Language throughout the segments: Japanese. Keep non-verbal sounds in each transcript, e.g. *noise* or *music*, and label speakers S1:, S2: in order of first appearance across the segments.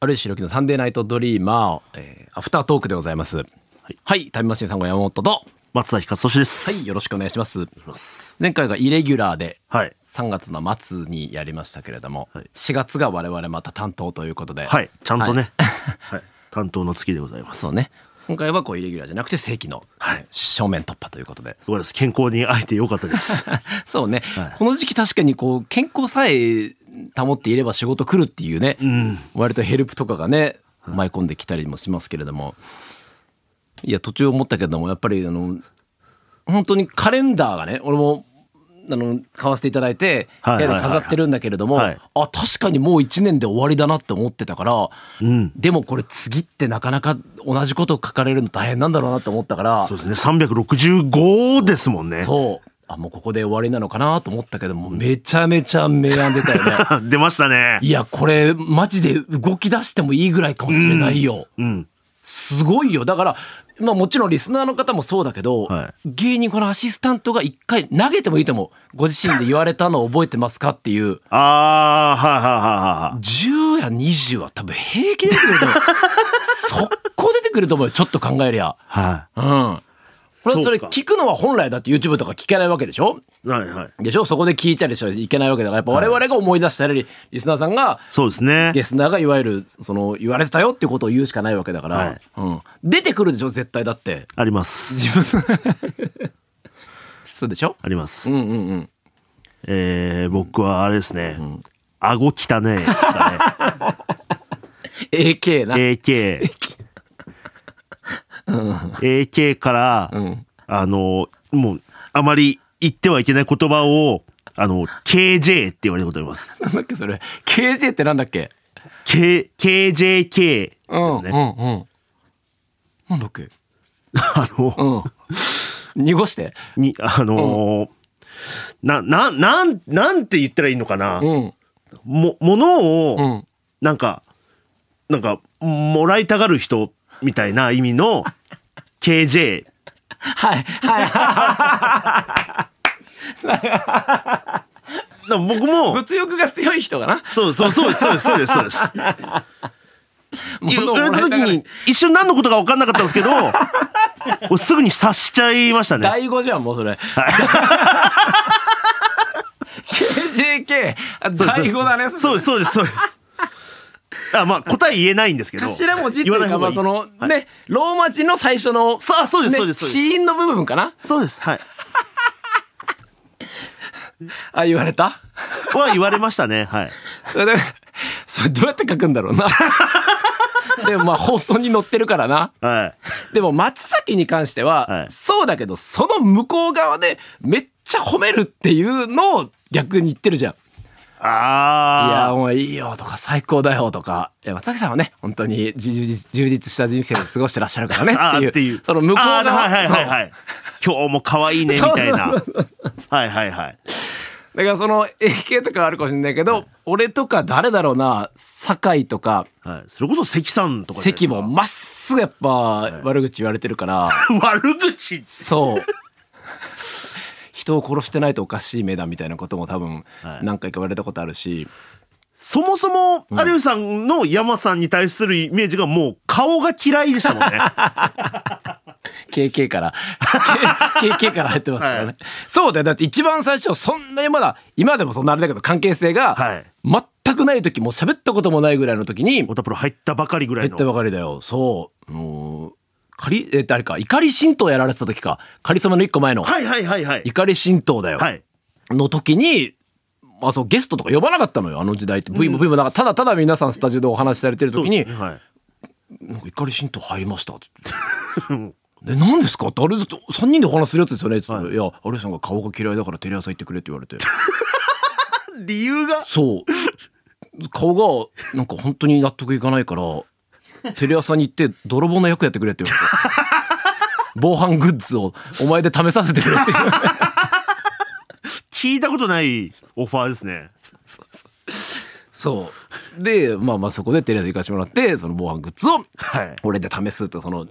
S1: 有吉弘樹のサンデーナイトドリーマー、えー、アフタートークでございます。はい、タイムマシーンさんご山本と、は
S2: 松田彦俊です。
S1: い、よろしくお願いします。
S2: ます
S1: 前回がイレギュラーで、
S2: はい。
S1: 3月の末にやりましたけれども、
S2: はい
S1: 4月が我々また担当ということで、
S2: はい。ちゃんとね。
S1: はい
S2: *laughs* はい。担当の月でございます。
S1: そうね。今回はこうイレギュラーじゃなくて正規の、
S2: はい
S1: 正面突破ということで。
S2: そうです。健康に会えてよかっ
S1: *laughs*
S2: たです。
S1: そうね、
S2: はい
S1: この時期確かにこう健康さえ保っていれば仕事来るっていうね、
S2: ん
S1: 割とヘルプとかがね舞い込んできたりもしますけれどもいや途中思ったけどもやっぱりあの本当にカレンダーがね俺もあの買わせていただいて部
S2: はい
S1: 屋
S2: はい
S1: で
S2: はいはい
S1: 飾ってるんだけれども、
S2: はい
S1: あ確かにもう1年で終わりだなって思ってたから、
S2: うん
S1: でもこれ次ってなかなか同じことを書かれるの大変なんだろうなって思ったから
S2: そうですね。三百六十五ですもんね。
S1: そう。あ、もうここで終わりなのかなと思ったけども、めちゃめちゃ明暗出たよね。*laughs*
S2: *laughs* 出ましたね。
S1: いや、これ、マジで動き出してもいいぐらいかもしれないよ。
S2: うん。
S1: すごいよ。だから、まあもちろんリスナーの方もそうだけど、
S2: は
S1: 芸人このアシスタントが一回投げてもいいと思う。ご自身で言われたの覚えてますかっていう。
S2: ああ、はいはいはいはいはい。
S1: 10や20は多分平気で出てくる
S2: *laughs*
S1: と思う。速攻出てくると思うよ。ちょっと考えりゃ。
S2: は
S1: うん。これそれ
S2: そうか
S1: 聞くのは本来だって YouTube とか聞けないわけでしょ
S2: い。はいはい。
S1: でしょそこで聞いたりしちゃいけないわけだからやっぱ我々が思い出したり、リスナーさんが
S2: そうですね。
S1: ゲスナーがいわゆるその言われてたよっていうことを言うしかないわけだから、
S2: はい
S1: うん、出てくるでしょ絶対だって
S2: あります。
S1: 自分 *laughs* そうでしょ
S2: あります。
S1: うんうんうん
S2: えー、僕はあれですね。顎汚ねえですか
S1: AK な、
S2: ね。AK。AK から、あの、もう、あまり言ってはいけない言葉を、あの、KJ って言われることあります。
S1: なんだっけそれ KJ ってなんだっけ、
S2: K、KJK ですね。
S1: うんうんう
S2: *laughs*
S1: んなんだっけ
S2: あの、
S1: うん濁して
S2: に、あのーな、な、なん、なんて言ったらいいのかな。
S1: うん
S2: も、ものを、
S1: うん
S2: なんか、なんか、もらいたがる人みたいな意味の KJ。
S1: はいはい *laughs*
S2: だから僕も、
S1: 物欲が強い人がな
S2: そうそうそうです、そうです、そうです、そうです。言
S1: 物を
S2: わ
S1: も
S2: れ
S1: ら
S2: た
S1: い
S2: 時
S1: がら
S2: に一瞬何のことか分かんなかったんです
S1: *laughs*
S2: けど俺すぐに察しちゃいましたね
S1: 第5じゃんもうそれ。KJK あ
S2: そうです
S1: 第5だね。
S2: そうですそうですそうですあまあ答え言えないんですけど
S1: 頭文字ってい
S2: 言わな
S1: う
S2: い方
S1: かま
S2: がい
S1: あ
S2: い
S1: そのねローマ字の最初の
S2: そうあそうですそう
S1: ね
S2: ですそうです
S1: 子音の部分かな。
S2: そうですはい
S1: あ言われた。 *laughs*
S2: は言われましたねはい
S1: それでそれどうやって書くんだろうな。 *laughs* でもまあ放送に載ってるからな。
S2: は
S1: でも松崎に関しては、
S2: はい
S1: そうだけどその向こう側でめっちゃ褒めるっていうのを逆に言ってるじゃん。
S2: い
S1: いや
S2: ああ
S1: もういいよとか最高だよとかいや松崎さんはね本当に充実充実した人生を過ごしてらっしゃるからね
S2: あー
S1: っ
S2: ってて
S1: い
S2: いうう
S1: その向こう
S2: あー
S1: 側
S2: はいはいはい
S1: そう
S2: はい今日も可愛いねみたいな
S1: そう
S2: はいはいはい
S1: だからその AK とかあるかもしれないけど、俺とか誰だろうな酒井とか
S2: はいそれこそ関さんとか
S1: 関もまっすぐやっぱ悪口言われてるから、
S2: *laughs* 悪口
S1: そう人を殺してないとおかしい目だみたいなことも多分
S2: はい
S1: 何回か言われたことあるし、
S2: そもそも有吉さんの山さんに対するイメージがもう顔が嫌いでしたもんね
S1: KK から *laughs* KK から入ってますからね、
S2: はい
S1: そうだよだって一番最初そんなにまだ今でもそんなあれだけど関係性
S2: は
S1: が
S2: い
S1: 全くない時もう喋ったこともないぐらいの時に
S2: 太田プロ入ったばかりぐらい
S1: 入
S2: の
S1: ったばかりだよそうもう仮え誰か怒り神道やられてた時かかりそめの一個前の
S2: はいはいはいはい。
S1: 怒り神道だよ、
S2: はい。
S1: の時にあそうゲストとか呼ばなかったのよあの時代って V も V もなんかただただ皆さんスタジオでお話しされてる時に
S2: はい。
S1: なんか怒り神道入りました *laughs* って言って。で何ですかってあれだと3人でお話しするやつですよねっつって、い、や有吉さんが顔が嫌いだからテレ朝行ってくれって言われて
S2: 理由が。
S1: そう *laughs* 顔がなんか本当に納得いかないからテレ朝に行って泥棒の役やってくれって言われて防犯グッズをお前で試させてくれって
S2: 聞いたことないオファーですね。
S1: そうでまあまあそこでテレ朝行かしてもらってその防犯グッズを
S2: はい。
S1: 俺で試すとその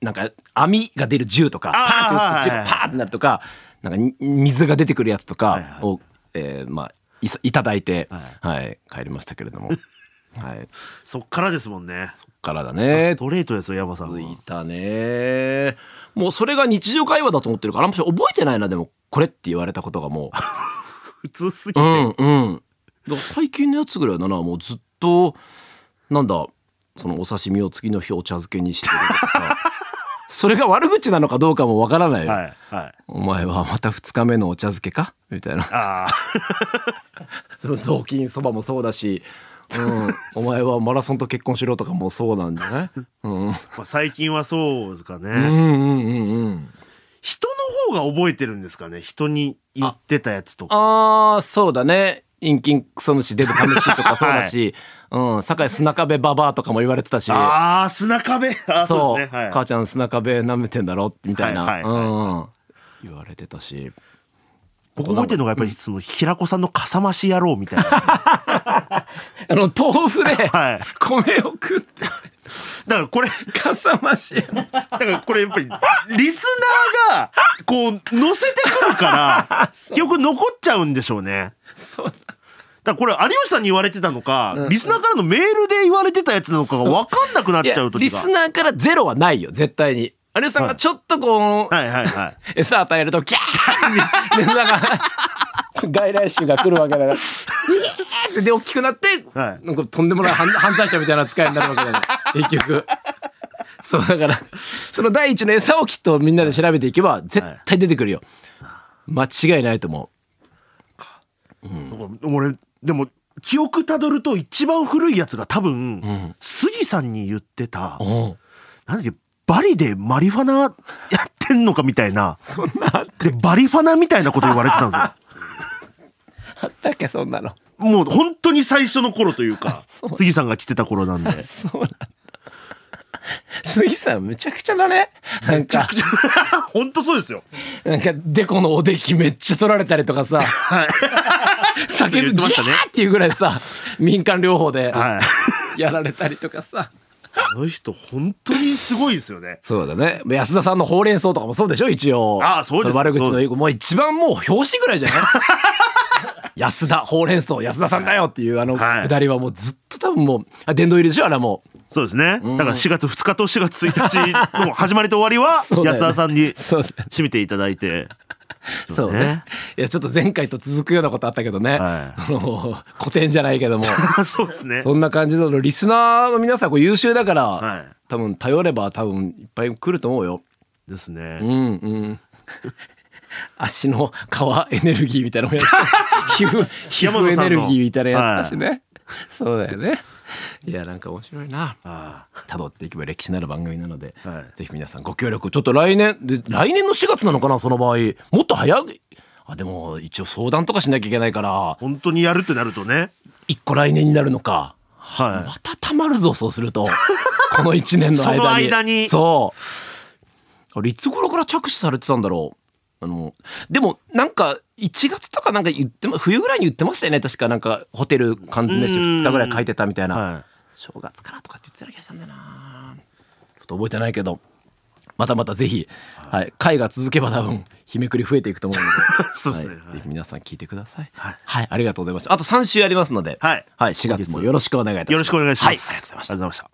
S1: なんか網が出る銃とかパーン
S2: あー
S1: って撃つと銃
S2: はいはいは
S1: が
S2: い
S1: パーンってなるとかなんかに水が出てくるやつと
S2: い
S1: か
S2: はい
S1: をえーまあいさいただいて
S2: は *laughs*
S1: はい帰りましたけれどもはい。
S2: そっからですもんね
S1: からだね
S2: ス。トレートですよ山さん
S1: 続い
S2: は
S1: たね。もうそれが日常会話だと思ってるから、あんまし覚えてないな、でも、これって言われたことがもう。
S2: 普通すぎ
S1: う
S2: て、
S1: んうん。だから最近のやつぐらいだな、もうずっと、なんだ、そのお刺身を次の日お茶漬けにしてるとか *laughs* さ。それが悪口なのかどうかもわからないよ、
S2: はいはい
S1: お前はまた2日目のお茶漬けかみたいな
S2: あ *laughs*
S1: その雑巾そばもそうだし、 *laughs* うん、お前はマラソンと結婚しろとかもそうなんじゃ *laughs* ない、うん、うん
S2: ーまあ最近はそうですかね、
S1: うんうんうん
S2: 人の方が覚えてるんですかね人に言ってたやつとか
S1: あーそうだね陰菌クソ虫デブカムシとかそうだ *laughs* し、うん、酒井砂壁ババアとかも言われてたし
S2: ああー砂壁あ
S1: そ
S2: ーそううですねはい
S1: 母ちゃん砂壁舐めてんだろみたいな、
S2: はいはいはい
S1: うん、言われてたし
S2: 僕覚えてるのがやっぱりその平子さんのかさ増し野郎みたいなだか
S1: あの豆腐で
S2: *laughs* はい
S1: 米を食って
S2: らこれ
S1: かさ増し
S2: だからこれやっぱりリスナーがこう乗せてくるから
S1: *laughs*
S2: 記憶残っちゃうんでしょうね
S1: そうだ
S2: だからこれ有吉さんに言われてたのか、リスナーからのメールで言われてたやつなのかが分かんなくなっ
S1: い
S2: ちゃ
S1: や
S2: う時が
S1: リスナーからゼロはないよ絶対に有吉さんがちょっとこう、
S2: はいはいはい
S1: 餌与えるとキャーリスナーが外来種が来るわけだからイエー *laughs* ってで大きくなって、
S2: はい
S1: なんかとんでもない犯犯罪者みたいな扱いになるわけだから *laughs* 結局そうだからその第一の餌をきっとみんなで調べていけば絶対出てくるよ間違いないと思
S2: だから俺でも記憶たどると一番古いやつが多分、杉さんに言ってた
S1: う、うん、
S2: なんだっけバリでマリファナやってんのかみたいな
S1: そんなあっ
S2: でバリファナみたいなこと言われてたんですよ。
S1: あったっけそんなの
S2: もう本当に最初の頃というか杉さんが来てた頃なんでめ
S1: そうなんだ *laughs* 杉さんむちゃくちゃだねなん
S2: ちゃ
S1: か
S2: くちゃ本当そうですよ
S1: なんかデコのおできめっちゃ取られたりとかさ
S2: *laughs* はい
S1: 叫ぶ
S2: 言ってましたね
S1: ギャーっていうぐらいさ民間療法で
S2: はい
S1: やられたりとかさ
S2: あの人本当にすごいですよね
S1: そうだね安田さんのほうれん草とかもそうでしょ一応
S2: ああそうです
S1: の悪口
S2: そう
S1: の
S2: で
S1: よくもう一番もう表紙ぐらい
S2: *laughs*
S1: じゃない安田ほうれん草安田さんだよっていうあの
S2: はい
S1: くだりはもうずっと多分もうあ殿堂入りでしょあれはもう
S2: そうですねだから4月2日と4月1日の始まりと終わり
S1: う
S2: は
S1: だよね
S2: 安田さんに
S1: そうだよ
S2: 締めていただいて *laughs*
S1: そうね
S2: ね
S1: いやちょっと前回と続くようなことあったけどね、
S2: は
S1: *laughs* あの古典じゃないけども
S2: そうですね
S1: そんな感じなのリスナーの皆さんこう優秀だから、
S2: はい
S1: 多分頼れば多分いっぱい来ると思うよ
S2: ですね
S1: うんうん。足の皮エネルギーみたいなのもやって
S2: *laughs*
S1: 皮膚皮膚エネルギーみたいなやつだしね、そうだよねいやなんか面白いな
S2: あ
S1: 辿っていけば歴史のある番組なので、
S2: はい
S1: ぜひ皆さんご協力をちょっと来年で来年の4月なのかなその場合もっと早いあでも一応相談とかしなきゃいけないから
S2: 本当にやるってなるとね
S1: 1個来年になるのか
S2: はい
S1: またたまるぞそうすると *laughs* この1年の間に
S2: その間に
S1: そうあれいつ頃から着手されてたんだろうあのでもなんか1月とかなんか言ってま冬ぐらいに言ってましたよね確かなんかホテル缶詰して
S2: うん
S1: 2日ぐらい書いてたみたいな、
S2: はい
S1: 正月からとかって言ってたような気がしたんだよなちょっと覚えてないけどまたまたぜひ、はい、会が続けば多分日めくり増えていくと思うので
S2: *laughs* そうですね
S1: はい
S2: はい
S1: ぜひ皆さん聞いてください、はいありがとうございましたあと3週ありますので、
S2: はい
S1: はい、4月もよろしくお願いいたします
S2: よろしくお願いします。
S1: はいありがとうございました
S2: ありがとうございました。